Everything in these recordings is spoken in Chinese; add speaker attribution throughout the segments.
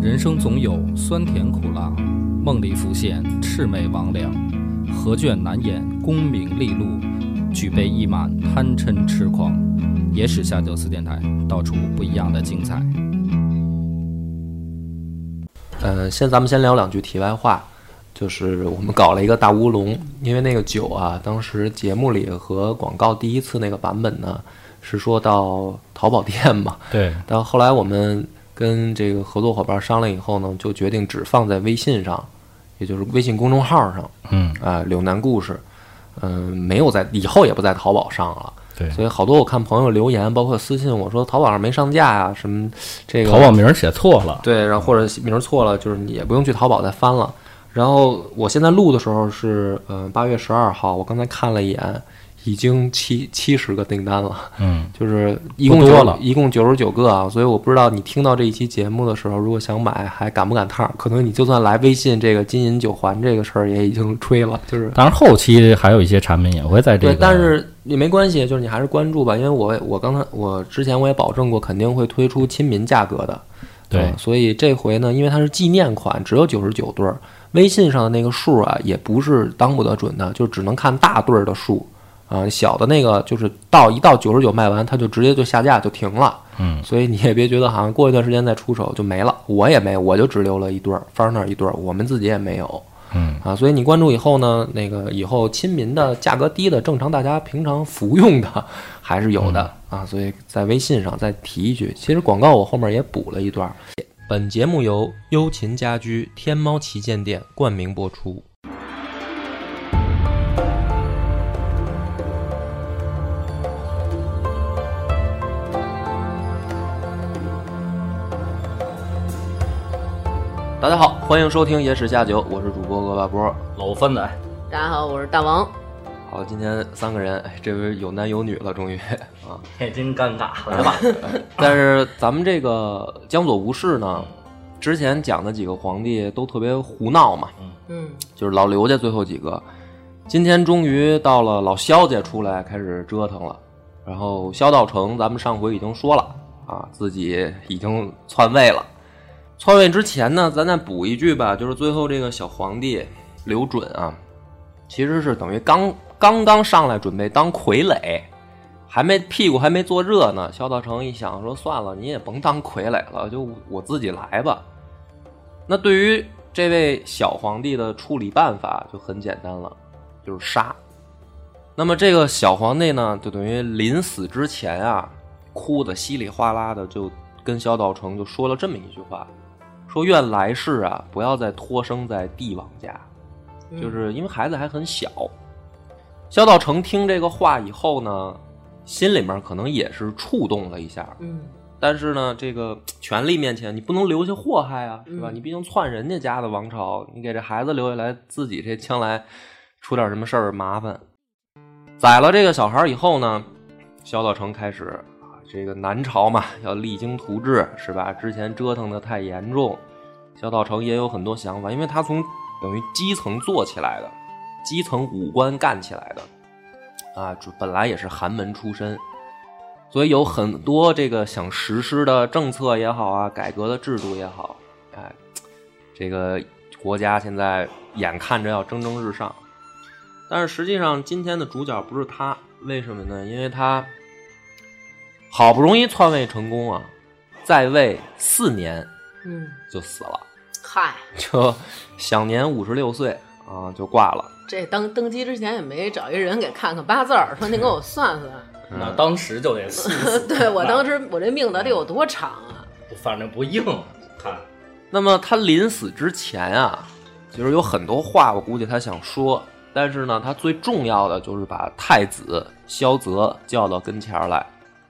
Speaker 1: 人生总有酸甜苦辣，梦里浮现魑魅魍魉，何卷难掩功名利禄，举杯一满贪嗔痴狂。野史下酒四电台，道出不一样的精彩。
Speaker 2: 呃，先咱们先聊两句题外话，就是我们搞了一个大乌龙，因为那个酒啊，当时节目里和广告第一次那个版本呢，是说到淘宝店嘛，
Speaker 3: 对，
Speaker 2: 但后来我们跟这个合作伙伴商量以后呢，就决定只放在微信上，也就是微信公众号上
Speaker 3: 嗯，
Speaker 2: 啊、柳南故事，嗯、没有在以后也不在淘宝上了。
Speaker 3: 对，
Speaker 2: 所以好多我看朋友留言，包括私信我说淘宝上没上架啊，什么这个
Speaker 3: 淘宝名儿写错了，
Speaker 2: 对，然后或者名儿错了，就是你也不用去淘宝再翻了。然后我现在录的时候是嗯八、8月十二号，我刚才看了一眼，已经七七十个订单了，
Speaker 3: 嗯，
Speaker 2: 就是一共
Speaker 3: 不多
Speaker 2: 九
Speaker 3: 了
Speaker 2: 一共九十九个啊。所以我不知道你听到这一期节目的时候，如果想买还赶不赶趟儿？可能你就算来微信这个金银九环这个事儿也已经吹了，就是
Speaker 3: 当然后期还有一些产品也会在这
Speaker 2: 对，
Speaker 3: 个，
Speaker 2: 但是也没关系，就是你还是关注吧，因为我我刚才我之前我也保证过，肯定会推出亲民价格的。
Speaker 3: 对
Speaker 2: 呃所以这回呢，因为它是纪念款，只有九十九对儿，微信上的那个数啊，也不是当不得准的，就只能看大对儿的数啊、小的那个就是到一到九十九卖完，它就直接就下架就停了。
Speaker 3: 嗯，
Speaker 2: 所以你也别觉得好像过一段时间再出手就没了，我也没，我就只留了一对儿，翻那儿一对儿，我们自己也没有。
Speaker 3: 嗯，
Speaker 2: 啊，所以你关注以后呢，那个以后亲民的、价格低的、正常大家平常服用的还是有
Speaker 3: 嗯
Speaker 2: 的、啊。所以在微信上再提一句，其实广告我后面也补了一段儿。本节目由优琴家居天猫旗舰店冠名播出。大家好，欢迎收听《野史下酒》，我是主播鹅巴波。
Speaker 1: 老番仔，
Speaker 4: 大家好，我是大王。
Speaker 2: 好，今天三个人，哎，这回有男有女了，终于 啊！
Speaker 1: 这真尴尬，来
Speaker 3: 嗯
Speaker 1: 吧。
Speaker 2: 但是咱们这个江左吴氏呢，之前讲的几个皇帝都特别胡闹嘛，
Speaker 4: 嗯，
Speaker 2: 就是老刘家最后几个。今天终于到了老萧家出来开始折腾了。然后萧道成，咱们上回已经说了啊，自己已经篡位了。篡位之前呢，咱再补一句吧，就是最后这个小皇帝刘准啊，其实是等于刚刚刚上来准备当傀儡，还没屁股还没坐热呢。萧道成一想说，算了，你也甭当傀儡了，就我自己来吧。那对于这位小皇帝的处理办法就很简单了，就是杀。那么这个小皇帝呢，就等于临死之前啊，哭得稀里哗啦的，就跟萧道成就说了这么一句话，说愿来世啊，不要再托生在帝王家。
Speaker 4: 嗯
Speaker 2: 就是因为孩子还很小。萧道成听这个话以后呢，心里面可能也是触动了一下，
Speaker 4: 嗯
Speaker 2: 但是呢，这个权力面前你不能留下祸害啊，是吧？
Speaker 4: 嗯
Speaker 2: 你毕竟篡人家家的王朝，你给这孩子留下来，自己这将来出点什么事儿麻烦。宰了这个小孩儿以后呢，萧道成开始啊，这个南朝嘛，要励精图治，是吧？之前折腾的太严重，萧道成也有很多想法，因为他从等于基层做起来的，基层武官干起来的，啊，就本来也是寒门出身，所以有很多这个想实施的政策也好啊，改革的制度也好，哎，这个国家现在眼看着要蒸蒸日上，但是实际上今天的主角不是他，为什么呢？因为他好不容易篡位成功啊，在位四年
Speaker 4: 嗯，
Speaker 2: 就死了，
Speaker 4: 嗨，
Speaker 2: 就享年五十六岁啊，就挂了。
Speaker 4: 这登登基之前也没找一人给看看八字儿，说您给我算算。
Speaker 1: 那当时就得死
Speaker 4: 对我当时我这命到底有多长啊？
Speaker 1: 反正不硬，看
Speaker 2: 那么他临死之前啊，其实有很多话，我估计他想说，但是呢，他最重要的就是把太子萧泽叫到跟前儿来，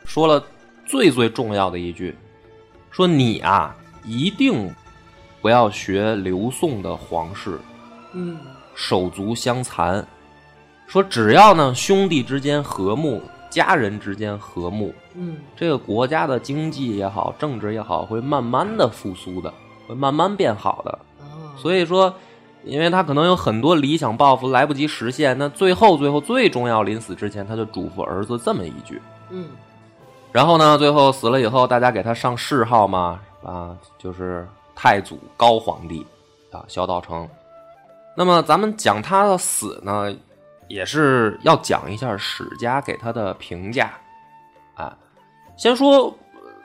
Speaker 2: 说了最最重要的一句，说你啊，一定不要学刘宋的皇室，
Speaker 4: 嗯
Speaker 2: 手足相残，说只要呢兄弟之间和睦，家人之间和睦，
Speaker 4: 嗯
Speaker 2: 这个国家的经济也好，政治也好，会慢慢的复苏的，会慢慢变好的。
Speaker 4: 哦，
Speaker 2: 所以说，因为他可能有很多理想抱负来不及实现，那最后最后最重要，临死之前他就嘱咐儿子这么一句。
Speaker 4: 嗯
Speaker 2: 然后呢，最后死了以后，大家给他上谥号嘛，啊，就是太祖高皇帝啊，萧道成。那么咱们讲他的死呢，也是要讲一下史家给他的评价啊。先说呃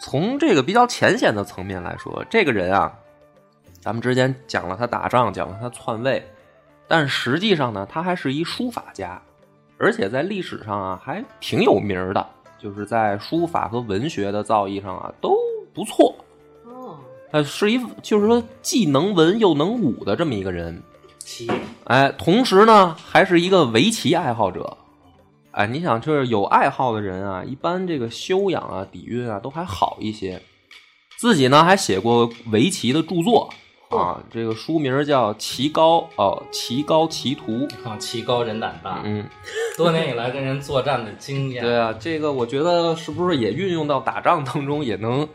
Speaker 2: 从这个比较浅显的层面来说，这个人啊，咱们之前讲了他打仗，讲了他篡位，但实际上呢，他还是一书法家，而且在历史上啊还挺有名儿的，就是在书法和文学的造诣上啊都不错。
Speaker 4: 哦，
Speaker 2: 呃，是一就是说既能文又能武的这么一个人。
Speaker 4: 棋
Speaker 2: 哎，同时呢，还是一个围棋爱好者。哎，你想，就是有爱好的人啊，一般这个修养啊、底蕴啊都还好一些。自己呢还写过围棋的著作啊，这个书名叫《棋高》哦，《棋高棋图》。
Speaker 1: 啊，棋高人胆大，
Speaker 2: 嗯，
Speaker 1: 多年以来跟人作战的经验，
Speaker 2: 对啊，这个我觉得是不是也运用到打仗当中，也能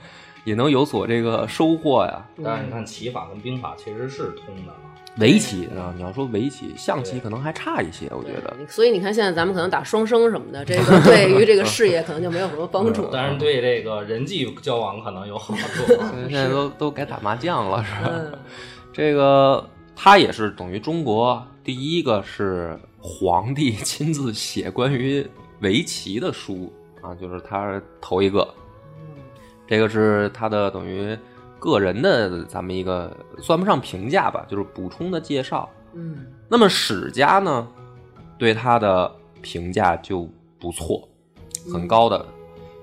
Speaker 2: 也能有所这个收获呀？
Speaker 1: 但是你看棋法跟兵法其实是通的啊，
Speaker 2: 围棋啊，你要说围棋，象棋
Speaker 1: 对
Speaker 2: 可能还差一些，我觉得。
Speaker 4: 对所以你看，现在咱们可能打双生什么的，这个对于这个事业可能就没有什么帮助。
Speaker 1: 但
Speaker 3: 嗯
Speaker 1: 是对这个人际交往可能有好处 啊。
Speaker 2: 现在都都改打麻将了，是吧？
Speaker 4: 嗯，
Speaker 2: 这个他也是等于中国第一个是皇帝 亲自写关于围棋的书啊，就是他是头一个。这个是他的等于个人的咱们一个算不上评价吧，就是补充的介绍。
Speaker 4: 嗯，
Speaker 2: 那么史家呢，对他的评价就不错，很高的。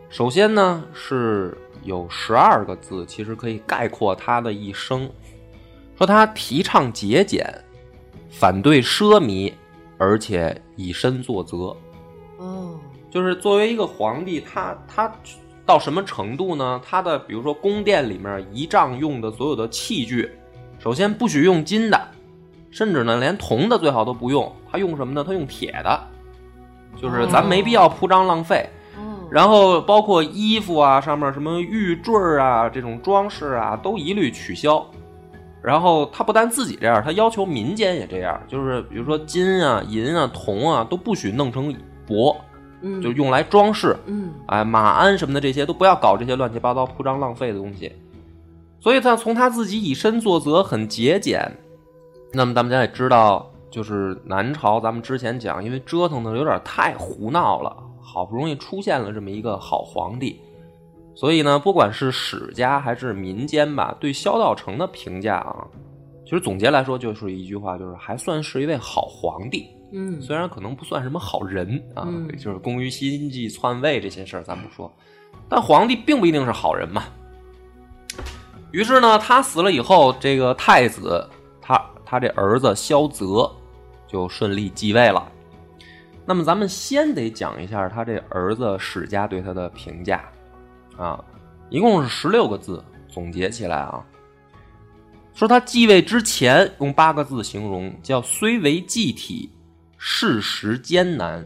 Speaker 2: 首先呢是有十二个字，其实可以概括他的一生，说他提倡节俭，反对奢靡，而且以身作则。
Speaker 4: 哦，
Speaker 2: 就是作为一个皇帝，他他到什么程度呢？他的比如说宫殿里面仪仗用的所有的器具，首先不许用金的，甚至呢连铜的最好都不用，他用什么呢？他用铁的，就是咱没必要铺张浪费。
Speaker 4: 哦，
Speaker 2: 然后包括衣服啊，上面什么玉坠儿啊，这种装饰啊，都一律取消。然后他不但自己这样，他要求民间也这样，就是比如说金啊、银啊、铜啊，都不许弄成帛，
Speaker 4: 嗯，
Speaker 2: 就用来装饰。
Speaker 4: 嗯，
Speaker 2: 哎，马鞍什么的这些都不要搞这些乱七八糟、铺张浪费的东西。所以他从他自己以身作则，很节俭。那么咱们家也知道，就是南朝，咱们之前讲，因为折腾的有点太胡闹了，好不容易出现了这么一个好皇帝，所以呢，不管是史家还是民间吧，对萧道成的评价啊，其实总结来说就是一句话，就是还算是一位好皇帝。
Speaker 4: 嗯，
Speaker 2: 虽然可能不算什么好人啊，
Speaker 4: 嗯
Speaker 2: 就是工于心计、篡位这些事儿咱不说，但皇帝并不一定是好人嘛。于是呢，他死了以后，这个太子他他这儿子萧泽就顺利继位了。那么咱们先得讲一下他这儿子史家对他的评价啊，一共是十六个字，总结起来啊，说他继位之前用八个字形容，叫“虽为计体，适时艰难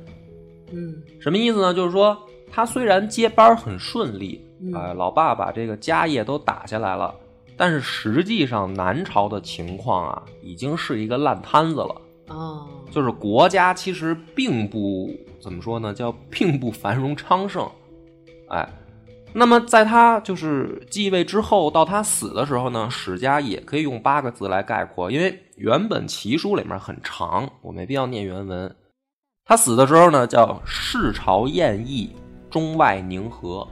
Speaker 4: 嗯，”。
Speaker 2: 什么意思呢？就是说他虽然接班儿很顺利，
Speaker 4: 嗯
Speaker 2: 哎、老爸把这个家业都打下来了，但是实际上南朝的情况啊，已经是一个烂摊子了。
Speaker 4: 哦，
Speaker 2: 就是国家其实并不怎么说呢，叫 并不繁荣昌盛，哎，那么在他就是继位之后到他死的时候呢，史家也可以用八个字来概括，因为原本奇书里面很长，我没必要念原文。他死的时候呢，叫世朝宴逸，中外宁和，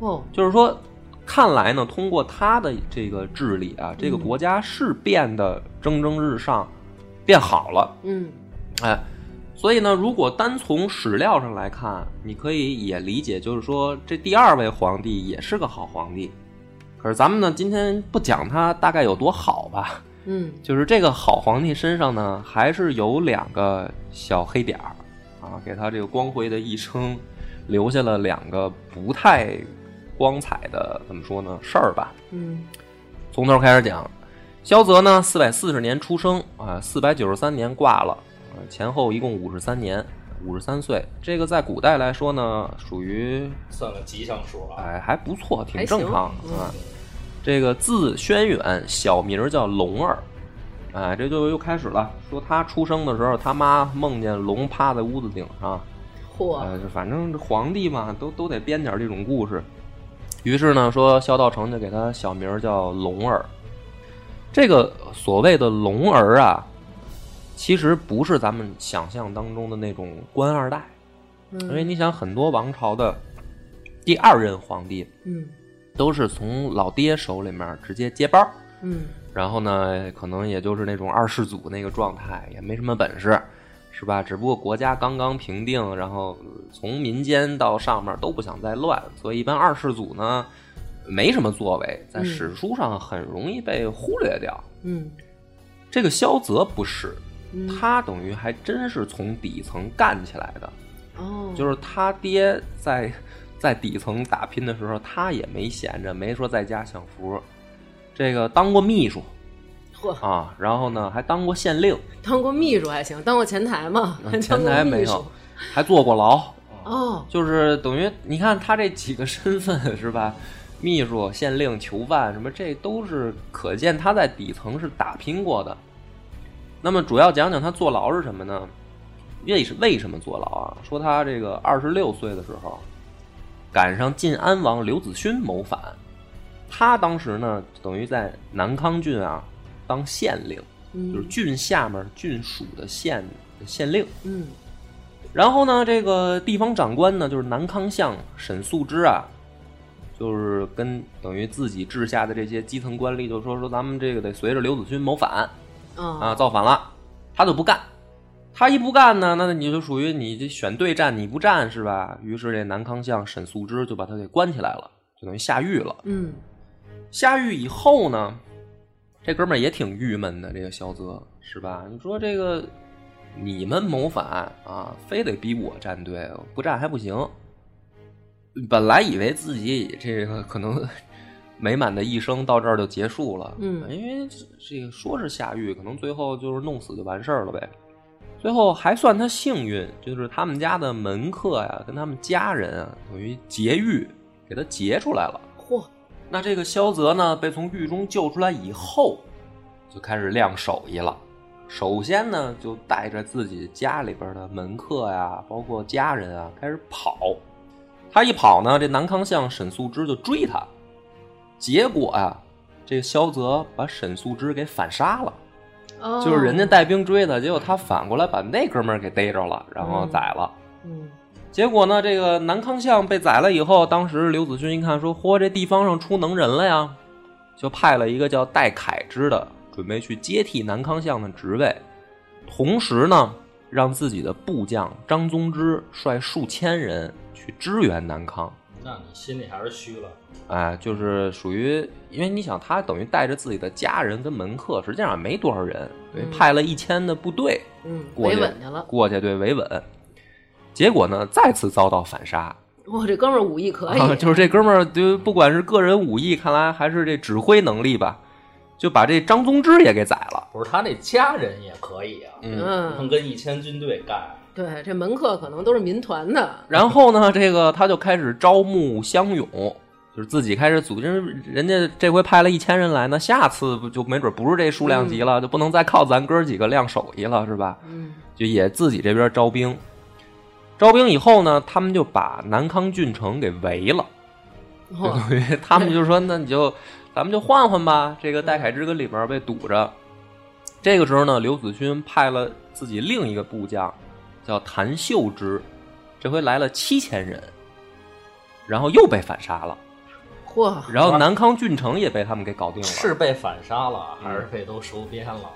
Speaker 4: 哦，
Speaker 2: 就是说，看来呢，通过他的这个治理啊，这个
Speaker 4: 嗯
Speaker 2: 国家是变得蒸蒸日上，变好了。
Speaker 4: 嗯，
Speaker 2: 哎，所以呢，如果单从史料上来看，你可以也理解，就是说这第二位皇帝也是个好皇帝。可是咱们呢，今天不讲他大概有多好吧，
Speaker 4: 嗯，
Speaker 2: 就是这个好皇帝身上呢，还是有两个小黑点儿啊，给他这个光辉的一生留下了两个不太光彩的怎么说呢事儿吧。
Speaker 4: 嗯，
Speaker 2: 从头开始讲，萧泽呢，四百四十年出生啊，四百九十三年挂了，啊前后一共五十三年，五十三岁。这个在古代来说呢，属于
Speaker 1: 算个吉祥数啊。
Speaker 2: 哎还不错，挺
Speaker 4: 还行
Speaker 2: 正常
Speaker 4: 嗯
Speaker 2: 啊。这个字轩远，小名儿叫龙儿，哎，这就又开始了。说他出生的时候，他妈梦见龙趴在屋子顶上，
Speaker 4: 嚯，
Speaker 2: 呃，就反正这皇帝嘛，都都得编点儿这种故事。于是呢，说萧道成就给他小名儿叫龙儿。这个所谓的龙儿啊，其实不是咱们想象当中的那种官二代，因为
Speaker 4: 嗯
Speaker 2: 你想，很多王朝的第二任皇帝
Speaker 4: 嗯
Speaker 2: 都是从老爹手里面直接接班，
Speaker 4: 嗯
Speaker 2: 然后呢，可能也就是那种二世祖那个状态，也没什么本事，是吧？只不过国家刚刚平定，然后呃从民间到上面都不想再乱，所以一般二世祖呢没什么作为，在
Speaker 4: 嗯
Speaker 2: 史书上很容易被忽略掉。
Speaker 4: 嗯
Speaker 2: 这个萧泽不是，
Speaker 4: 嗯，
Speaker 2: 他等于还真是从底层干起来的，
Speaker 4: 哦，
Speaker 2: 就是他爹在在底层打拼的时候，他也没闲着，没说在家享福，这个当过秘书
Speaker 4: 嚯，
Speaker 2: 啊，然后呢还当过县 令，
Speaker 4: 当过秘书还行，当过前台嘛，还 当
Speaker 2: 嗯前
Speaker 4: 过
Speaker 2: 台
Speaker 4: 秘
Speaker 2: 没
Speaker 4: 书
Speaker 2: 有，还坐过牢，
Speaker 3: 嗯
Speaker 4: 哦，
Speaker 2: 就是等于你看他这几个 身份是吧？秘书、县令、囚犯什么，这都是可见他在底层是打拼过的。那么主要讲讲他坐牢是什么呢？为什为什么坐牢啊？说他这个二十六岁的时候，赶上晋安王刘子勋谋反，他当时呢等于在南康郡啊当县令，就是
Speaker 4: 嗯
Speaker 2: 郡下面郡属的县县令。
Speaker 4: 嗯
Speaker 2: 然后呢，这个地方长官呢，就是南康相沈素之啊，就是跟等于自己治下的这些基层官吏就说说咱们这个得随着刘子勋谋反啊，
Speaker 4: 啊
Speaker 2: 造反了，他就不干。他一不干呢，那你就属于你这选对战你不战是吧？于是这南康相沈素之就把他给关起来了，就等于下狱了。
Speaker 4: 嗯
Speaker 2: 下狱以后呢，这哥们儿也挺郁闷的，这个萧泽是吧？你说这个你们谋反啊，非得逼我站队，不站还不行。本来以为自己这个可能美满的一生到这儿就结束了，
Speaker 4: 嗯
Speaker 2: 因为这这个说是下狱，可能最后就是弄死就完事儿了呗。最后还算他幸运，就是他们家的门客呀，跟他们家人啊，等于劫狱给他劫出来了。
Speaker 4: 嚯，
Speaker 2: 那这个萧泽呢，被从狱中救出来以后，就开始亮手艺了。首先呢，就带着自己家里边的门客呀，包括家人啊，开始跑。他一跑呢，这南康相沈素之就追他，结果啊，这个萧泽把沈素之给反杀了。
Speaker 4: 哦
Speaker 2: 就是人家带兵追他，结果他反过来把那哥们儿给逮着了，然后宰了。
Speaker 4: 嗯
Speaker 2: 结果呢，这个南康相被宰了以后，当时刘子勋一看说：“嚯，这地方上出能人了呀！”就派了一个叫戴凯之的，准备去接替南康相的职位，同时呢，让自己的部将张宗之率数千人去支援南康。
Speaker 3: 那你心里还是虚了。
Speaker 2: 哎，就是属于，因为你想，他等于带着自己的家人跟门客，实际上也没多少人，等于
Speaker 4: 嗯
Speaker 2: 派了一千的部队
Speaker 4: 嗯，
Speaker 2: 过
Speaker 4: 维
Speaker 2: 去
Speaker 4: 稳去了。
Speaker 2: 过去对维稳，结果呢再次遭到反杀。
Speaker 4: 哇，这哥们儿武艺可
Speaker 2: 啊
Speaker 4: 以，
Speaker 2: 就是这哥们儿，就不管是个人武艺，看来还是这指挥能力吧，就把这张宗之也给宰了。
Speaker 3: 不是他那家人也可以啊，
Speaker 2: 嗯，
Speaker 3: 不能
Speaker 4: 嗯，
Speaker 3: 跟一千军队干。
Speaker 4: 对，这门客可能都是民团的，
Speaker 2: 然后呢，这个他就开始招募乡勇，就是自己开始组织。人家这回派了一千人来呢，下次不就没准不是这数量级了，就不能再靠咱哥几个亮手艺了，是吧？
Speaker 4: 嗯
Speaker 2: 就也自己这边招兵。招兵以后呢，他们就把南康郡城给围了。就等
Speaker 4: 嚯，
Speaker 2: 于 他们就说，那你就咱们就换换吧。这个戴凯之跟里边被堵着，这个时候呢，刘子勋派了自己另一个部将叫谭秀之，这回来了七千人，然后又被反杀了，
Speaker 4: 嚯，
Speaker 2: 然后南康郡城也被他们给搞定了。
Speaker 3: 是被反杀了，还是
Speaker 2: 嗯
Speaker 3: 被都收编了？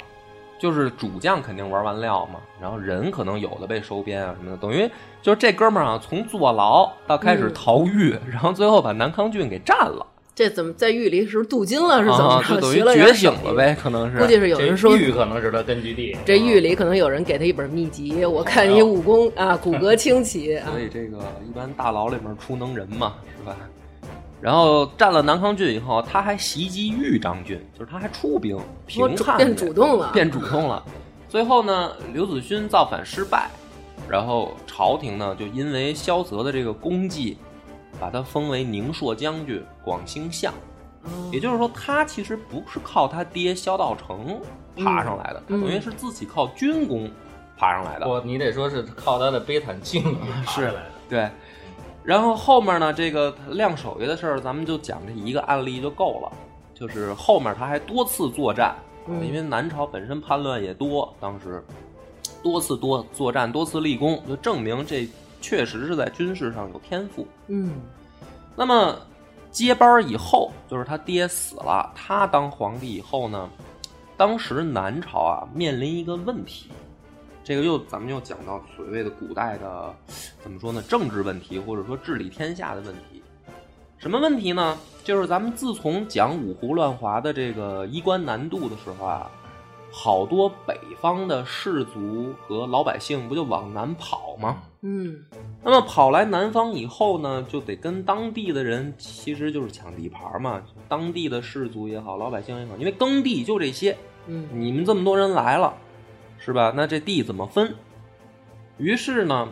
Speaker 2: 就是主将肯定玩完料嘛，然后人可能有的被收编啊什么的，等于就是这哥们儿啊，从坐牢到开始
Speaker 4: 嗯
Speaker 2: 逃狱，然后最后把南康郡给占了，
Speaker 4: 这怎么在狱里是镀金了，是怎
Speaker 2: 啊
Speaker 4: 么，
Speaker 2: 就
Speaker 4: 着？
Speaker 2: 等于
Speaker 4: 学了点
Speaker 2: 觉醒
Speaker 4: 手
Speaker 2: 了
Speaker 4: 艺。
Speaker 2: 呗，可能是。
Speaker 4: 估计是有
Speaker 3: 这
Speaker 4: 人说，
Speaker 3: 玉可能是他根据地。
Speaker 4: 这狱里可能有人给他一本秘籍，我看你武功啊，骨骼清奇啊
Speaker 2: 所，以这个一般大牢里面出能人嘛，是吧？然后占了南康郡以后，他还袭击豫章郡，就是他还出兵
Speaker 4: 我
Speaker 2: 平
Speaker 4: 主
Speaker 2: 叛，
Speaker 4: 变主动了，
Speaker 2: 变主动了。最后呢，刘子勋造反失败，然后朝廷呢就因为萧泽的这个功绩，把他封为宁朔将军、广兴相。
Speaker 4: 哦
Speaker 2: 也就是说，他其实不是靠他爹萧道成爬上来的，
Speaker 4: 嗯
Speaker 2: 他等于是自己靠军功爬上来的。
Speaker 5: 不，你得说是靠他的悲惨境遇爬来的。
Speaker 2: 对，然后后面呢，这个亮手艺的事儿，咱们就讲这一个案例就够了。就是后面他还多次作战，啊
Speaker 4: 嗯
Speaker 2: 因为南朝本身叛乱也多，当时多次多作战，多次立功，就证明这确实是在军事上有天赋。
Speaker 4: 嗯
Speaker 2: 那么接班儿以后，就是他爹死了，他当皇帝以后呢，当时南朝啊面临一个问题，这个又咱们又讲到所谓的古代的怎么说呢，政治问题或者说治理天下的问题。什么问题呢？就是咱们自从讲五胡乱华的这个衣冠南渡的时候啊，好多北方的士族和老百姓不就往南跑吗？
Speaker 4: 嗯
Speaker 2: 那么跑来南方以后呢，就得跟当地的人，其实就是抢地盘儿嘛。当地的士族也好，老百姓也好，因为耕地就这些，
Speaker 4: 嗯
Speaker 2: 你们这么多人来了，是吧？那这地怎么分？于是呢，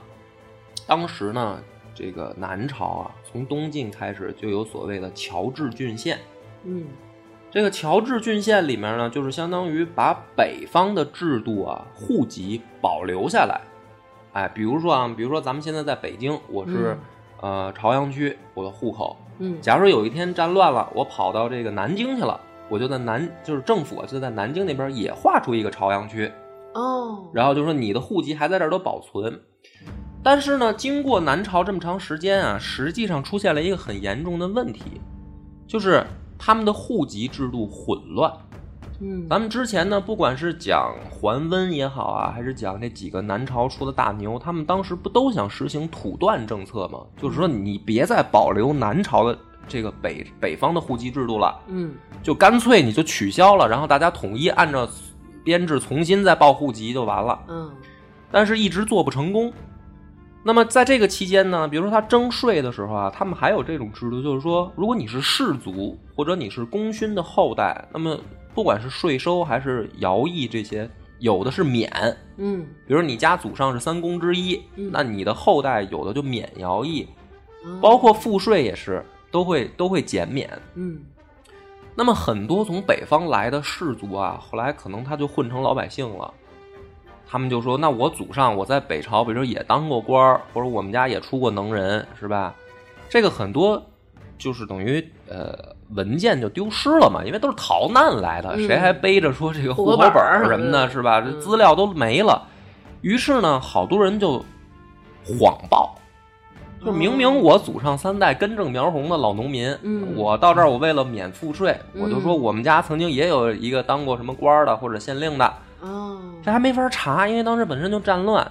Speaker 2: 当时呢，这个南朝啊，从东晋开始就有所谓的乔治郡县。
Speaker 4: 嗯
Speaker 2: 这个乔治郡县里面呢，就是相当于把北方的制度啊、户籍保留下来。哎，比如说啊，比如说咱们现在在北京，我是、呃朝阳区，我的户口。
Speaker 4: 嗯
Speaker 2: 假如有一天战乱了，我跑到这个南京去了，我就在南，就是政府啊就在南京那边也划出一个朝阳区，
Speaker 4: 哦，
Speaker 2: 然后就说你的户籍还在这儿都保存。但是呢，经过南朝这么长时间啊，实际上出现了一个很严重的问题，就是他们的户籍制度混乱。
Speaker 4: 嗯
Speaker 2: 咱们之前呢，不管是讲桓温也好啊，还是讲这几个南朝出的大牛，他们当时不都想实行土断政策吗？就是说，你别再保留南朝的这个北北方的户籍制度了，
Speaker 4: 嗯
Speaker 2: 就干脆你就取消了，然后大家统一按照编制重新再报户籍就完了。
Speaker 4: 嗯
Speaker 2: 但是一直做不成功。那么在这个期间呢，比如说他征税的时候啊，他们还有这种制度，就是说，如果你是士族或者你是功勋的后代，那么不管是税收还是徭役这些，有的是免。
Speaker 4: 嗯
Speaker 2: 比如你家祖上是三公之一，
Speaker 4: 嗯
Speaker 2: 那你的后代有的就免徭役，
Speaker 4: 哦
Speaker 2: 包括赋税也是都会都会减免。
Speaker 4: 嗯
Speaker 2: 那么很多从北方来的士族啊，后来可能他就混成老百姓了。他们就说：“那我祖上我在北朝，比如说也当过官儿，或者我们家也出过能人，是吧？”这个很多就是等于呃文件就丢失了嘛，因为都是逃难来的，
Speaker 4: 嗯
Speaker 2: 谁还背着说这个
Speaker 4: 户
Speaker 2: 户
Speaker 4: 口
Speaker 2: 口
Speaker 4: 本
Speaker 2: 本
Speaker 4: 儿
Speaker 2: 儿什么的，
Speaker 4: 嗯
Speaker 2: 是吧？这
Speaker 4: 嗯
Speaker 2: 资料都没了。于是呢，好多人就谎报，就明明我祖上三代根正苗红的老农民，
Speaker 4: 嗯
Speaker 2: 我到这儿我为了免赋税，
Speaker 4: 嗯
Speaker 2: 我就说我们家曾经也有一个当过什么官儿的或者县令的，
Speaker 4: 哦
Speaker 2: 这还没法查，因为当时本身就战乱。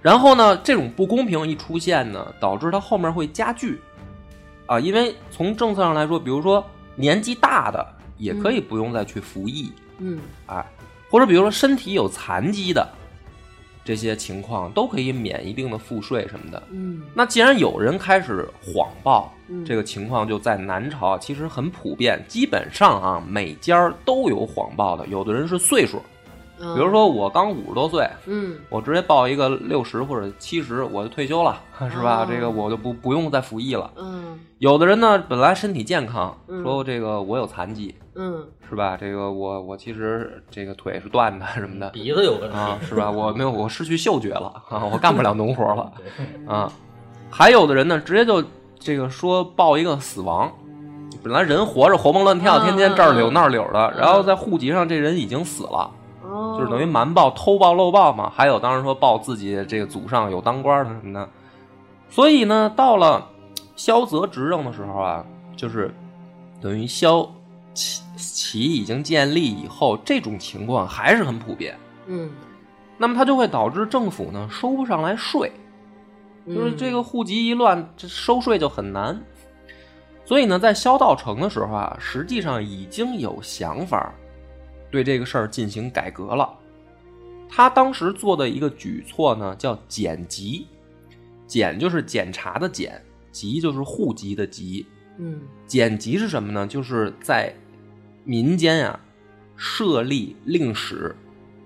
Speaker 2: 然后呢，这种不公平一出现呢，导致它后面会加剧，啊，因为从政策上来说，比如说年纪大的也可以不用再去服役，
Speaker 4: 嗯
Speaker 2: 啊，或者比如说身体有残疾的这些情况，都可以免一定的赋税什么的。
Speaker 4: 嗯
Speaker 2: 那既然有人开始谎报，
Speaker 4: 嗯
Speaker 2: 这个情况就在南朝啊其实很普遍，基本上啊每家儿都有谎报的。有的人是岁数，
Speaker 4: 比
Speaker 2: 比如说我刚五十多岁，
Speaker 4: 嗯
Speaker 2: 我直接报一个六十或者七十，我就退休了， 是吧？
Speaker 4: 哦
Speaker 2: 这个我就不不用再服役了。
Speaker 4: 嗯
Speaker 2: 有的人呢本来身体健康，
Speaker 4: 嗯
Speaker 2: 说这个我有残疾，
Speaker 4: 嗯
Speaker 2: 是吧？这个我我其实这个腿是断的什么的，
Speaker 3: 鼻子有问题，
Speaker 2: 啊，是吧？我没有，我失去嗅觉了啊，我干不了农活了啊。还有的人呢，直接就这个说报一个死亡，本来人活着活蹦乱跳，
Speaker 4: 嗯
Speaker 2: 天天这儿
Speaker 4: 嗯
Speaker 2: 扭
Speaker 4: 嗯
Speaker 2: 那儿扭的，
Speaker 4: 嗯
Speaker 2: 然后在户籍上这人已经死了，
Speaker 4: 哦，
Speaker 2: 就是等于瞒报、偷报、漏报嘛。还有当然说报自己这个祖上有当官的什么的，所以呢，到了萧泽执政的时候啊，就是等于萧齐齐已经建立以后，这种情况还是很普遍。
Speaker 4: 嗯
Speaker 2: 那么它就会导致政府呢收不上来税，
Speaker 4: 嗯
Speaker 2: 就是这个户籍一乱，这收税就很难。所以呢，在萧道成的时候啊，实际上已经有想法对这个事儿进行改革了。他当时做的一个举措呢，叫检籍，检就是检查的检，籍就是户籍的籍。
Speaker 4: 嗯
Speaker 2: 检籍是什么呢？就是在民间啊设立令史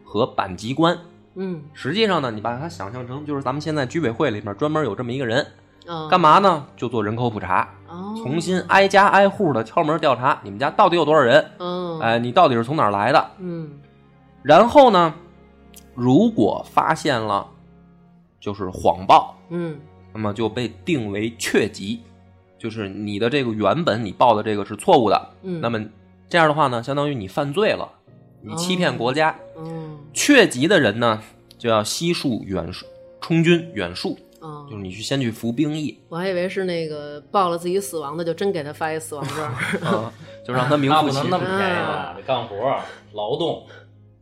Speaker 2: 和版籍官。
Speaker 4: 嗯
Speaker 2: 实际上呢，你把它想象成就是咱们现在居委会里面专门有这么一个人，
Speaker 4: 嗯
Speaker 2: 干嘛呢？就做人口普查，
Speaker 4: 哦
Speaker 2: 重新挨家挨户的敲门调查，你们家到底有多少人？
Speaker 4: 嗯
Speaker 2: 哎，你到底是从哪儿来的？
Speaker 4: 嗯
Speaker 2: 然后呢，如果发现了就是谎报，
Speaker 4: 嗯
Speaker 2: 那么就被定为确籍，就是你的这个原本你报的这个是错误的，
Speaker 4: 嗯
Speaker 2: 那么这样的话呢，相当于你犯罪了，你欺
Speaker 4: 哦
Speaker 2: 骗国家。
Speaker 4: 嗯
Speaker 2: 确籍的人呢，就要悉数远戍充军远戍，
Speaker 4: 嗯
Speaker 2: 就是，你去先去服兵役，
Speaker 4: 我还以为是那个报了自己死亡的，就真给他发一死亡证儿。
Speaker 2: 啊，就让他名
Speaker 3: 那
Speaker 2: 副
Speaker 3: 不
Speaker 2: 其
Speaker 3: 能那么
Speaker 2: 实。啊
Speaker 3: 便宜吧？得干活儿劳动，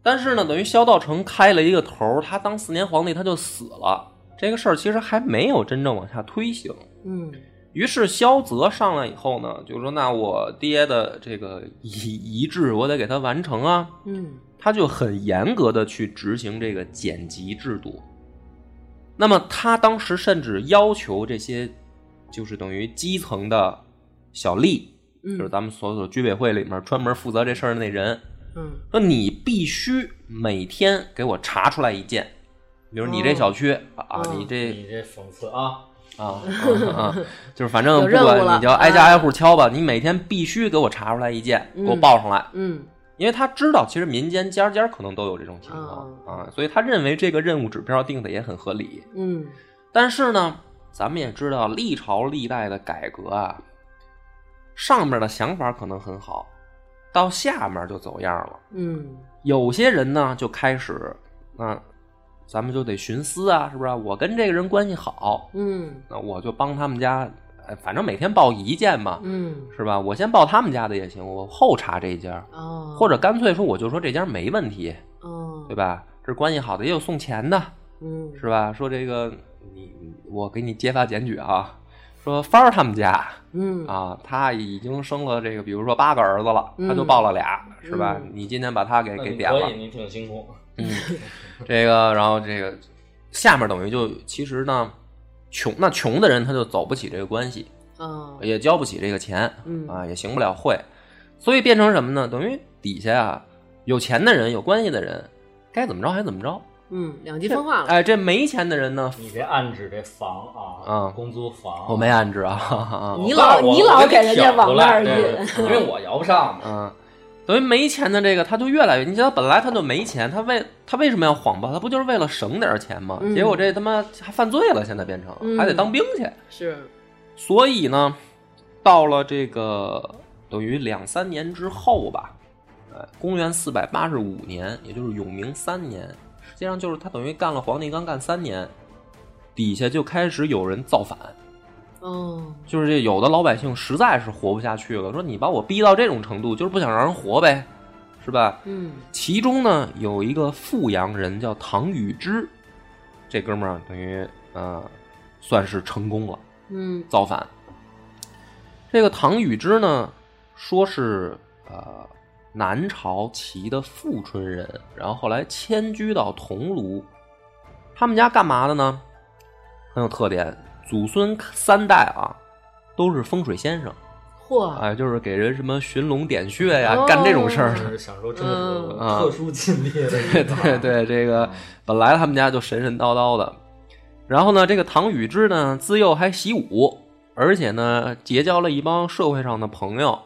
Speaker 2: 但是呢，等于萧道成开了一个头儿，他当四年皇帝他就死了，这个事儿其实还没有真正往下推行。
Speaker 4: 嗯
Speaker 2: 于是萧泽上来以后呢，就说：“那我爹的这个遗遗志，我得给他完成啊。”
Speaker 4: 嗯
Speaker 2: 他就很严格的去执行这个减级制度。那么他当时甚至要求这些，就是等于基层的小吏，就是
Speaker 4: 嗯
Speaker 2: 咱们所有居委会里面专门负责这事儿的那人，
Speaker 4: 嗯
Speaker 2: 说你必须每天给我查出来一件，比如
Speaker 4: 哦
Speaker 2: 你这小区、啊，
Speaker 4: 嗯
Speaker 2: 你这
Speaker 3: 你这讽刺啊！
Speaker 2: 啊啊啊，就是反正
Speaker 4: 有
Speaker 2: 不
Speaker 4: 任务
Speaker 2: 管
Speaker 4: 了
Speaker 2: 你就挨家挨户敲吧，你每天必须给我查出来一件，给我
Speaker 4: 嗯
Speaker 2: 报上来。
Speaker 4: 嗯
Speaker 2: 因为他知道，其实民间家家可能都有这种情
Speaker 4: 哦
Speaker 2: 况、啊，所以他认为这个任务指标定的也很合理。
Speaker 4: 嗯
Speaker 2: 但是呢，咱们也知道历朝历代的改革啊，上面的想法可能很好，到下面就走样了。
Speaker 4: 嗯
Speaker 2: 有些人呢就开始，啊，咱们就得寻思啊，是不是？我跟这个人关系好，
Speaker 4: 嗯
Speaker 2: 那我就帮他们家，哎反正每天报一件嘛，
Speaker 4: 嗯
Speaker 2: 是吧？我先报他们家的也行，我后查这家，
Speaker 4: 哦，
Speaker 2: 或者干脆说我就说这家没问题。
Speaker 4: 哦
Speaker 2: 对？吧？这关系好的也有送钱的，
Speaker 4: 嗯
Speaker 2: 是吧？说这个你你我给你揭发检举啊，说帆儿他们家
Speaker 4: 嗯
Speaker 2: 啊，他已经生了这个，比如说八个儿子了，
Speaker 4: 嗯
Speaker 2: 他就抱了俩，是吧？
Speaker 4: 嗯
Speaker 2: 你今天把他给
Speaker 3: 那
Speaker 2: 给
Speaker 3: 你
Speaker 2: 点
Speaker 3: 可
Speaker 2: 了
Speaker 3: 以，，你挺辛苦。
Speaker 2: 嗯，这个然后这个下面等于就其实呢，穷那穷的人他就走不起这个关系，
Speaker 4: 哦
Speaker 2: 也交不起这个钱，
Speaker 4: 嗯
Speaker 2: 啊，也行不了会，所以变成什么呢？等于底下啊，有钱的人、有关系的人，该怎么着还怎么着。
Speaker 4: 嗯，两极分化了。
Speaker 2: 哎，这没钱的人呢，
Speaker 3: 你这暗指这房啊，
Speaker 2: 嗯
Speaker 3: 公租房，
Speaker 2: 我没安置啊哈哈啊，
Speaker 4: 你老
Speaker 3: 我
Speaker 4: 你老
Speaker 3: 我给
Speaker 4: 给人家
Speaker 3: 挑
Speaker 4: 往
Speaker 3: 出
Speaker 4: 那
Speaker 3: 来
Speaker 4: 儿
Speaker 3: 对
Speaker 4: 引，
Speaker 3: 对因为我摇不上嘛。
Speaker 2: 嗯，等于没钱的这个他就越来越，你想本来他就没钱，他为他为什么要谎报？他不就是为了省点钱吗？
Speaker 4: 嗯
Speaker 2: 结果这他妈还犯罪了，现在变成、
Speaker 4: 嗯
Speaker 2: 还得当兵去。
Speaker 4: 是
Speaker 2: 所以呢，到了这个等于两三年之后吧，呃，公元四百八十五年，也就是永明三年，实际上就是他等于干了皇帝刚干三年，底下就开始有人造反。
Speaker 4: 哦，
Speaker 2: 就是这有的老百姓实在是活不下去了，说你把我逼到这种程度，就是不想让人活呗，是吧？
Speaker 4: 嗯
Speaker 2: 其中呢有一个富阳人叫唐禹之，这哥们儿啊等于呃算是成功了
Speaker 4: 嗯
Speaker 2: 造反。这个唐禹之呢，说是呃南朝齐的富春人，然后后来迁居到桐庐，他们家干嘛的呢？很有特点，祖孙三代啊都是风水先生。
Speaker 4: 嚯，
Speaker 2: 哎，就是给人什么寻龙点穴呀，
Speaker 4: 哦
Speaker 2: 干这种事儿
Speaker 3: 就
Speaker 2: 的。
Speaker 3: 是享受这种
Speaker 2: 嗯
Speaker 3: 特殊境地的一
Speaker 2: 对
Speaker 3: 个，
Speaker 2: 对 对，这个本来他们家就神神叨叨的，然后呢，这个唐禹之呢，自幼还习武，而且呢，结交了一帮社会上的朋友。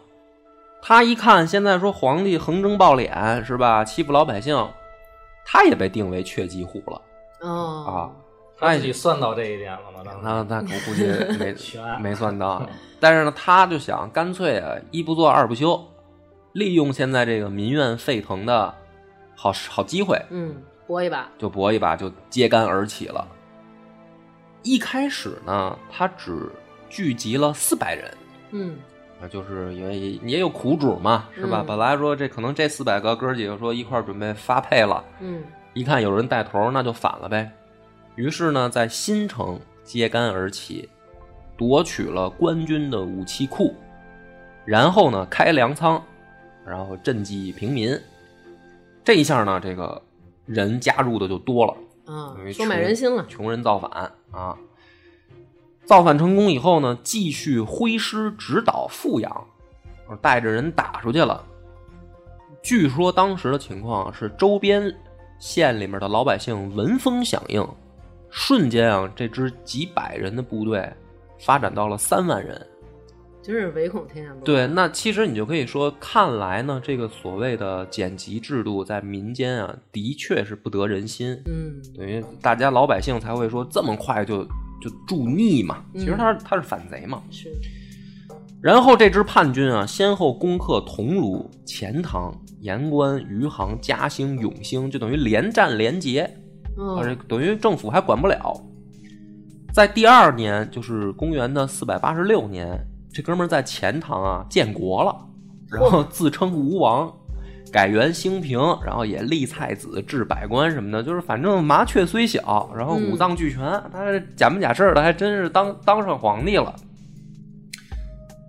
Speaker 2: 他一看现在说皇帝横征暴敛是吧，欺负老百姓，他也被定为却籍户了。啊
Speaker 4: 哦
Speaker 2: 哎
Speaker 3: 他自己算到这一点了吗？当时
Speaker 2: 那那我估计没
Speaker 3: 全
Speaker 2: 没算到，但是呢，他就想干脆啊，一不做二不休，利用现在这个民怨沸腾的好好机会，
Speaker 4: 嗯，搏一把，
Speaker 2: 就搏一把，就揭竿而起了。一开始呢，他只聚集了四百人，
Speaker 4: 嗯
Speaker 2: 啊，就是也也也有苦主嘛，是吧？
Speaker 4: 嗯
Speaker 2: 本来说这可能这四百个哥儿几个说一块儿准备发配了，
Speaker 4: 嗯
Speaker 2: 一看有人带头，那就反了呗。于是呢，在新城揭竿而起，夺取了官军的武器库，然后呢开粮仓，然后赈济平民。这一下呢，这个人加入的就多了，
Speaker 4: 啊
Speaker 2: 因为，
Speaker 4: 收买
Speaker 2: 穷
Speaker 4: 人心了，
Speaker 2: 穷人造反啊！造反成功以后呢，继续挥师直捣富阳，带着人打出去了。据说当时的情况啊是，周边县里面的老百姓闻风响应，瞬间啊，这支几百人的部队发展到了三万人。
Speaker 4: 真是唯恐天下不
Speaker 2: 对，
Speaker 4: 乱
Speaker 2: 那其实你就可以说，看来呢，这个所谓的减级制度在民间啊，的确是不得人心。
Speaker 4: 嗯
Speaker 2: 等于大家老百姓才会说这么快就就助逆嘛，其实他是他是反贼嘛。
Speaker 4: 是
Speaker 2: 然后这支叛军啊，先后攻克桐庐、钱塘、盐关、余杭、嘉兴、永兴，就等于连战连捷，
Speaker 4: 嗯
Speaker 2: 而且等于政府还管不了。在第二年，就是公元的四百八十六年，这哥们儿在钱塘啊建国了，然后自称吴王，改元兴平，然后也立菜子、置百官什么的，就是反正麻雀虽小，然后五
Speaker 4: 嗯
Speaker 2: 脏俱全，他这假模假式的还真是当当上皇帝了。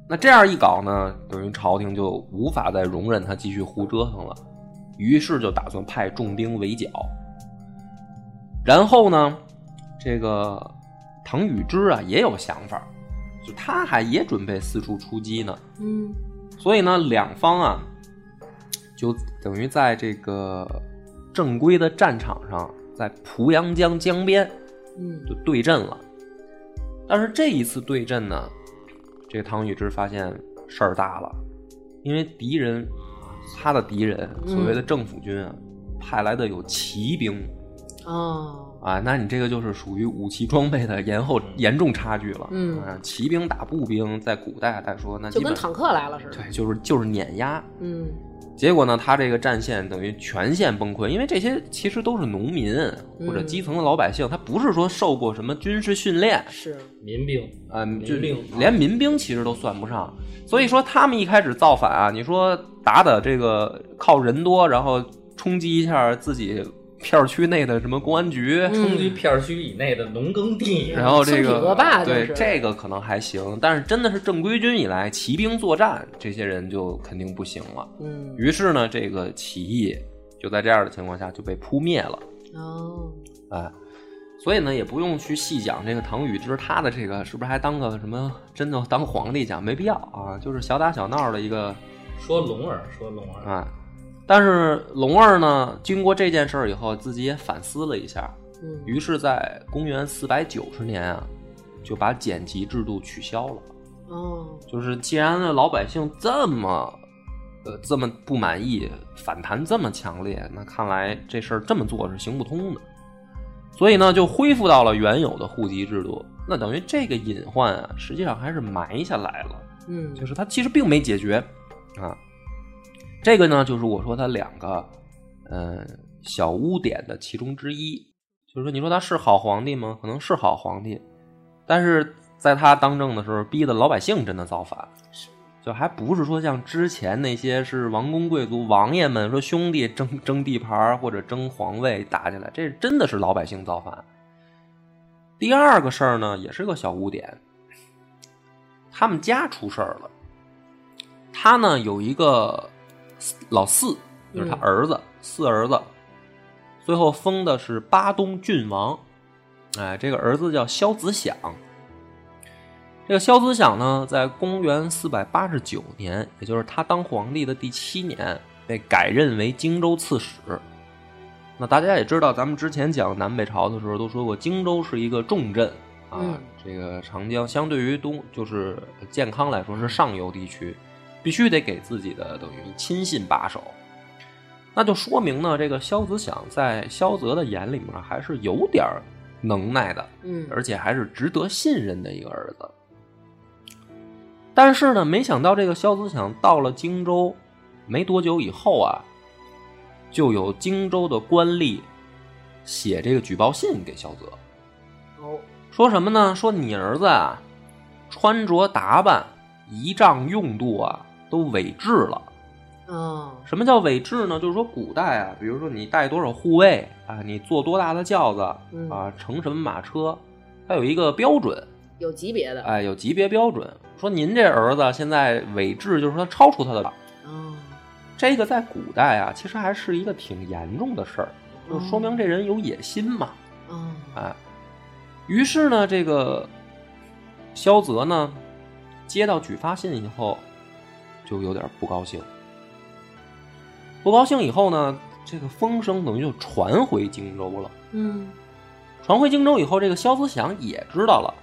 Speaker 2: 那这样一搞呢，等于朝廷就无法再容忍他继续胡折腾了，于是就打算派重兵围剿。然后呢，这个唐禹之啊也有想法，就他还也准备四处出击呢。
Speaker 4: 嗯
Speaker 2: 所以呢，两方啊，就等于在这个正规的战场上，在濮阳江江边
Speaker 4: 嗯
Speaker 2: 就对阵了。但是这一次对阵呢，这个唐禹之发现事儿大了，因为敌人，他的敌人
Speaker 4: 嗯
Speaker 2: 所谓的政府军啊，派来的有骑兵
Speaker 4: 哦，
Speaker 2: 啊，那你这个就是属于武器装备的延后严重差距了。
Speaker 4: 嗯
Speaker 2: 啊，骑兵打步兵，在古代来说，那
Speaker 4: 就
Speaker 2: 基
Speaker 4: 跟
Speaker 2: 本
Speaker 4: 坦克来了似的。
Speaker 2: 对，就是就是碾压。
Speaker 4: 嗯
Speaker 2: 结果呢，他这个战线等于全线崩溃，因为这些其实都是农民或者
Speaker 4: 嗯
Speaker 2: 基层的老百姓，他不是说受过什么军事训练，
Speaker 4: 是
Speaker 5: 民兵，
Speaker 2: 嗯，
Speaker 5: 民
Speaker 2: 就
Speaker 5: 兵
Speaker 2: 连民兵其实都算不上。所以说他们一开始造反啊，你说打打这个靠人多，然后冲击一下自己片区内的什么公安局，
Speaker 5: 冲击片区以内的农耕地，
Speaker 2: 然后这
Speaker 4: 嗯村
Speaker 2: 个
Speaker 4: 体恶霸就
Speaker 2: 对
Speaker 4: 是
Speaker 2: 这个可能还行，但是真的是正规军以来，骑兵作战这些人就肯定不行了。
Speaker 4: 嗯
Speaker 2: 于是呢，这个起义就在这样的情况下就被扑灭了。
Speaker 4: 哦
Speaker 2: 哎，所以呢，也不用去细讲这个唐禹之他的这个是不是还当个什么真的当皇帝讲，没必要啊，就是小打小闹的一个
Speaker 5: 说龙儿，说龙儿，
Speaker 2: 啊。但是龙二呢，经过这件事儿以后，自己也反思了一下，
Speaker 4: 嗯
Speaker 2: 于是，在公元四百九十年啊，就把剪辑制度取消了。
Speaker 4: 哦
Speaker 2: 就是既然老百姓这么，呃，这么不满意，反弹这么强烈，那看来这事儿这么做是行不通的。所以呢，就恢复到了原有的户籍制度。那等于这个隐患啊，实际上还是埋下来了，
Speaker 4: 嗯
Speaker 2: 就是它其实并没解决啊。这个呢，就是我说它两个，嗯、小污点的其中之一。就是说，你说他是好皇帝吗？可能是好皇帝，但是在他当政的时候，逼得老百姓真的造反，就还不是说像之前那些是王公贵族、王爷们说兄弟争争地盘儿或者争皇位打起来，这真的是老百姓造反。第二个事儿呢，也是个小污点，他们家出事儿了。他呢有一个老四，就是他
Speaker 4: 嗯
Speaker 2: 儿子、四儿子，最后封的是巴东郡王。哎，这个儿子叫萧子响。这个萧子响呢，在公元四百八十九年，也就是他当皇帝的第七年，被改任为荆州刺史。那大家也知道，咱们之前讲南北朝的时候都说过，荆州是一个重镇啊，
Speaker 4: 嗯
Speaker 2: 这个长江相对于东就是健康来说是上游地区，必须得给自己的等于亲信把守。那就说明呢，这个萧子响在萧泽的眼里面还是有点儿能耐的，
Speaker 4: 嗯
Speaker 2: 而且还是值得信任的一个儿子。但是呢，没想到这个萧子响到了荆州没多久以后啊，就有荆州的官吏写这个举报信给萧泽，
Speaker 4: 哦
Speaker 2: 说什么呢？说你儿子啊，穿着打扮、仪仗用度啊，都伪制了。
Speaker 4: 哦
Speaker 2: 什么叫伪制呢？就是说古代啊，比如说你带多少护卫啊，你坐多大的轿子
Speaker 4: 嗯
Speaker 2: 啊，乘什么马车，它有一个标准，
Speaker 4: 有级别的
Speaker 2: 哎，有级别标准。说您这儿子现在伪制，就是说他超出他的了。
Speaker 4: 哦
Speaker 2: 这个在古代啊，其实还是一个挺严重的事儿，就说明这人有野心嘛。
Speaker 4: 哦
Speaker 2: 啊，于是呢，这个萧泽呢接到举发信以后，就有点不高兴。不高兴以后呢，这个风声等于就传回荆州了。
Speaker 4: 嗯
Speaker 2: 传回荆州以后，这个萧子响也知道了，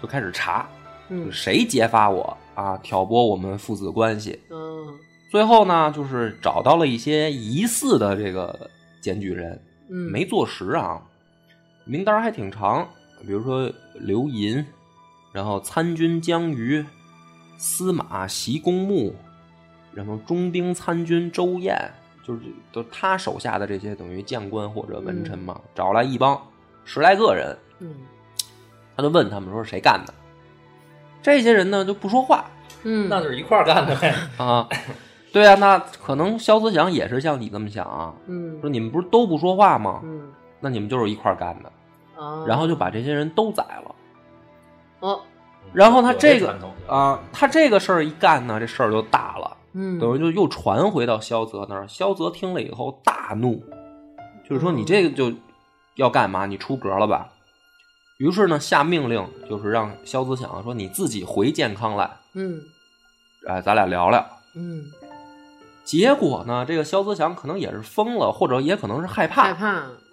Speaker 2: 就开始查，就
Speaker 4: 嗯
Speaker 2: 是谁揭发我啊，挑拨我们父子关系。
Speaker 4: 嗯
Speaker 2: 最后呢，就是找到了一些疑似的这个检举人，
Speaker 4: 嗯
Speaker 2: 没坐实啊，名单儿还挺长，比如说刘寅，然后参军江瑜，司马席公墓，然后中兵参军周晏，就是都他手下的这些等于将官或者文臣嘛，找来一帮十来个人，
Speaker 4: 嗯
Speaker 2: 他就问他们说是谁干的。这些人呢就不说话
Speaker 4: 嗯，
Speaker 5: 那就是一块儿干的呗。
Speaker 2: 啊，对啊，那可能萧思想也是像你这么想啊，
Speaker 4: 嗯
Speaker 2: 说你们不是都不说话吗？
Speaker 4: 嗯
Speaker 2: 那你们就是一块儿干的，
Speaker 4: 啊，
Speaker 2: 然后就把这些人都宰了。
Speaker 4: 哦
Speaker 2: 然后他
Speaker 5: 有
Speaker 2: 这个
Speaker 5: 传统
Speaker 2: 啊，他这个事儿一干呢，这事儿就大了，
Speaker 4: 嗯，
Speaker 2: 等于就又传回到萧泽那儿。萧泽听了以后大怒，就是说你这个就要干嘛？你出格了吧？于是呢，下命令就是让萧子想说你自己回健康来，
Speaker 4: 嗯
Speaker 2: 哎，咱俩聊聊。
Speaker 4: 嗯
Speaker 2: 结果呢，这个萧子想可能也是疯了，或者也可能是害怕
Speaker 4: 害怕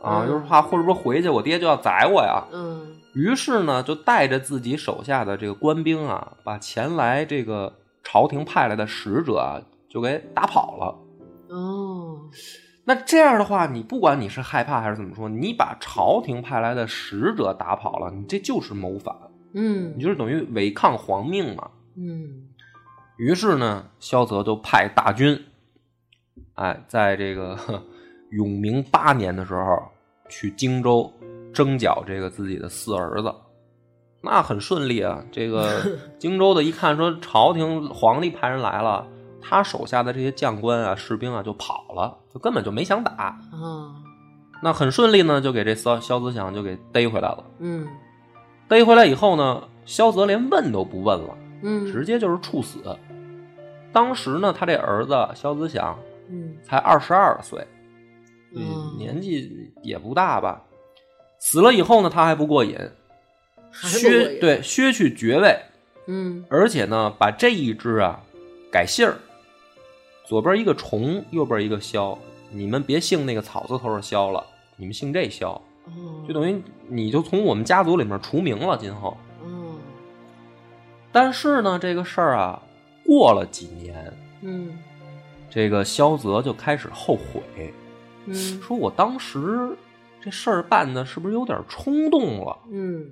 Speaker 2: 啊，
Speaker 4: 嗯
Speaker 2: 就是怕或者说回去我爹就要宰我呀。
Speaker 4: 嗯
Speaker 2: 于是呢，就带着自己手下的这个官兵啊，把前来这个朝廷派来的使者啊，就给打跑了。
Speaker 4: 哦
Speaker 2: 那这样的话，你不管你是害怕还是怎么说，你把朝廷派来的使者打跑了，你这就是谋反，
Speaker 4: 嗯
Speaker 2: 你就是等于违抗皇命嘛。
Speaker 4: 嗯
Speaker 2: 于是呢，萧泽就派大军，哎，在这个 呵永明八年的时候去荆州征剿这个自己的四儿子，那很顺利啊。这个荆州的一看说朝廷皇帝派人来了，他手下的这些将官啊、士兵啊就跑了，就根本就没想打。
Speaker 4: 啊
Speaker 2: 那很顺利呢，就给这萧萧子祥就给逮回来了。
Speaker 4: 嗯
Speaker 2: 逮回来以后呢，萧泽连问都不问了。
Speaker 4: 嗯
Speaker 2: 直接就是处死。当时呢，他这儿子萧子响
Speaker 4: 嗯
Speaker 2: 才二十二岁，
Speaker 4: 嗯
Speaker 2: 年纪也不大吧。死了以后呢，他还不过瘾，
Speaker 4: 还不过
Speaker 2: 削
Speaker 4: 瘾
Speaker 2: 对削去爵位，
Speaker 4: 嗯
Speaker 2: 而且呢，把这一支啊改姓儿，左边一个虫，右边一个萧，你们别姓那个草字头的萧了，你们姓这萧，
Speaker 4: 哦
Speaker 2: 就等于你就从我们家族里面除名了。今后，
Speaker 4: 哦
Speaker 2: 但是呢，这个事儿啊，过了几年，
Speaker 4: 嗯
Speaker 2: 这个萧泽就开始后悔，
Speaker 4: 嗯
Speaker 2: 说我当时这事儿办的是不是有点冲动了？
Speaker 4: 嗯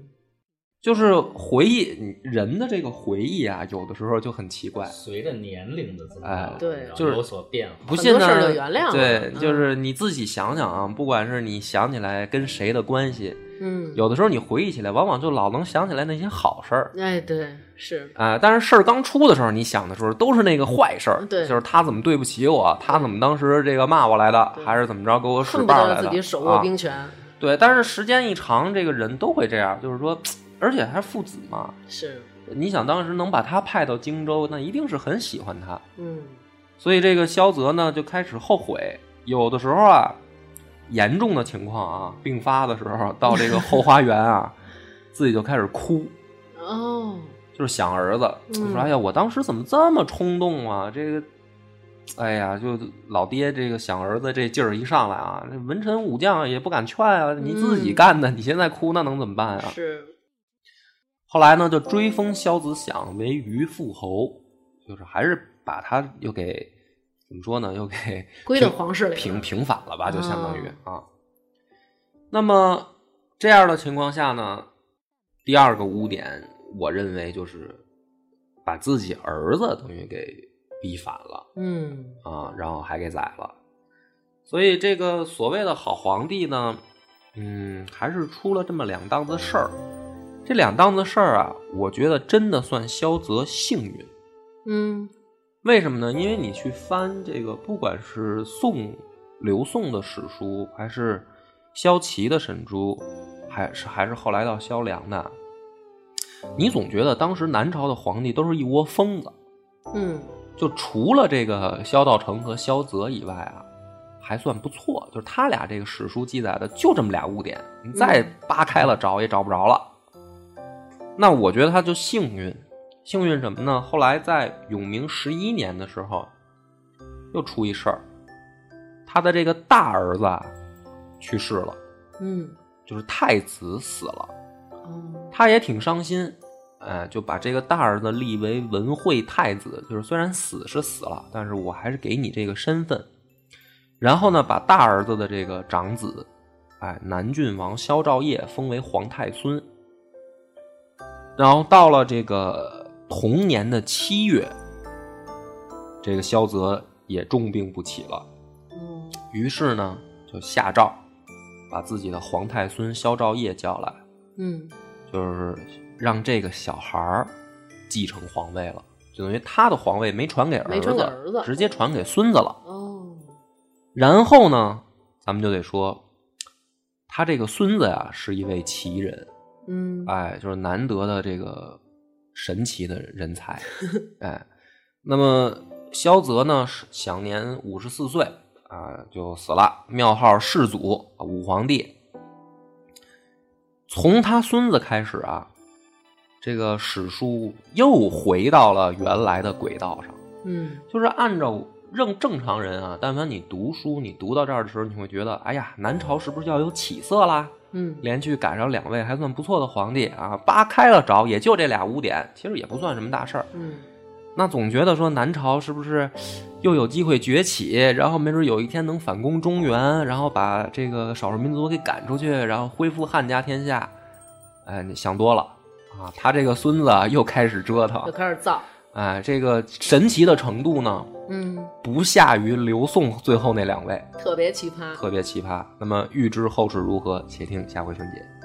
Speaker 2: 就是回忆人的这个回忆啊，有的时候就很奇怪。
Speaker 5: 随着年龄的增
Speaker 2: 哎
Speaker 5: 长，
Speaker 4: 对
Speaker 5: 然后
Speaker 2: 就是
Speaker 5: 有所变化。
Speaker 2: 不信
Speaker 4: 很
Speaker 2: 呢
Speaker 4: 多事儿就原谅了
Speaker 2: 对，
Speaker 4: 嗯
Speaker 2: 就是你自己想想啊，不管是你想起来跟谁的关系，
Speaker 4: 嗯
Speaker 2: 有的时候你回忆起来，往往就老能想起来那些好事儿。
Speaker 4: 哎对是
Speaker 2: 啊、但是事儿刚出的时候，你想的时候都是那个坏事儿，
Speaker 4: 嗯对
Speaker 2: 就是他怎么对不起我，他怎么当时这个骂我来的，
Speaker 4: 对
Speaker 2: 还是怎么着给我使
Speaker 4: 恨不
Speaker 2: 绊儿来
Speaker 4: 得
Speaker 2: 的，
Speaker 4: 自己手
Speaker 2: 啊
Speaker 4: 握兵权
Speaker 2: 对，但是时间一长，这个人都会这样，就是说，而且还是父子嘛。
Speaker 4: 是
Speaker 2: 你想当时能把他派到荆州，那一定是很喜欢他。
Speaker 4: 嗯
Speaker 2: 所以这个萧泽呢，就开始后悔。有的时候啊，严重的情况啊，病发的时候到这个后花园啊， 自己就开始哭，
Speaker 4: 哦
Speaker 2: 就是想儿子，就说：“
Speaker 4: 嗯
Speaker 2: 哎呀，我当时怎么这么冲动啊？这个，哎呀，就老爹这个想儿子这劲儿一上来啊，这文臣武将也不敢劝啊，你自己
Speaker 4: 嗯
Speaker 2: 干的，你现在哭那能怎么办啊？”
Speaker 4: 是
Speaker 2: 后来呢，就追封萧子响为虞父侯，就是还是把他又给怎么说呢，又给
Speaker 4: 归到
Speaker 2: 平
Speaker 4: 皇室里了
Speaker 2: 平平反了吧，就相当于
Speaker 4: 啊
Speaker 2: 啊。那么这样的情况下呢，第二个污点，我认为就是把自己儿子等于给逼反了
Speaker 4: 嗯
Speaker 2: 啊，然后还给宰了。所以这个所谓的好皇帝呢，嗯，还是出了这么两档子事儿。这两档子事儿啊，我觉得真的算萧泽幸运。
Speaker 4: 嗯
Speaker 2: 为什么呢？因为你去翻这个，不管是宋刘宋的史书，还是萧齐的沈书，还是还是后来到萧梁的，你总觉得当时南朝的皇帝都是一窝疯子。
Speaker 4: 嗯
Speaker 2: 就除了这个萧道成和萧泽以外啊，还算不错。就是他俩这个史书记载的就这么俩污点，你再扒开了找也找不着了。那我觉得他就幸运，幸运什么呢？后来在永明十一年的时候，又出一事儿，他的这个大儿子啊去世了，
Speaker 4: 嗯
Speaker 2: 就是太子死了，
Speaker 4: 哦
Speaker 2: 他也挺伤心。哎，就把这个大儿子立为文惠太子，就是虽然死是死了，但是我还是给你这个身份。然后呢，把大儿子的这个长子，哎，南郡王萧兆业封为皇太孙。然后到了这个同年的七月，这个萧泽也重病不起了。
Speaker 4: 嗯
Speaker 2: 于是呢，就下诏把自己的皇太孙萧兆业叫来，
Speaker 4: 嗯
Speaker 2: 就是让这个小孩儿继承皇位了，就等于他的皇位没传给儿
Speaker 4: 没传给儿子
Speaker 2: 直接传给孙子了。
Speaker 4: 哦，
Speaker 2: 然后呢，咱们就得说，他这个孙子呀是一位奇人，
Speaker 4: 嗯
Speaker 2: 哎，就是难得的这个神奇的人才，哎，那么萧泽呢是享年五十四岁啊，就死了，庙号世祖武皇帝。从他孙子开始啊，这个史书又回到了原来的轨道上。
Speaker 4: 嗯
Speaker 2: 就是按照正正常人啊，但凡你读书，你读到这儿的时候，你会觉得，哎呀，南朝是不是要有起色啦？
Speaker 4: 嗯
Speaker 2: 连续赶上两位还算不错的皇帝啊，扒开了找，也就这俩污点，其实也不算什么大事儿。
Speaker 4: 嗯
Speaker 2: 那总觉得说南朝是不是又有机会崛起，然后没准有一天能反攻中原，然后把这个少数民族给赶出去，然后恢复汉家天下？哎，你想多了啊！他这个孙子啊又开始折腾
Speaker 4: 又，开始造，
Speaker 2: 哎，这个神奇的程度呢，
Speaker 4: 嗯，
Speaker 2: 不下于刘宋最后那两位，
Speaker 4: 特别奇葩，
Speaker 2: 特别奇葩。那么预知后事如何，且听下回分解。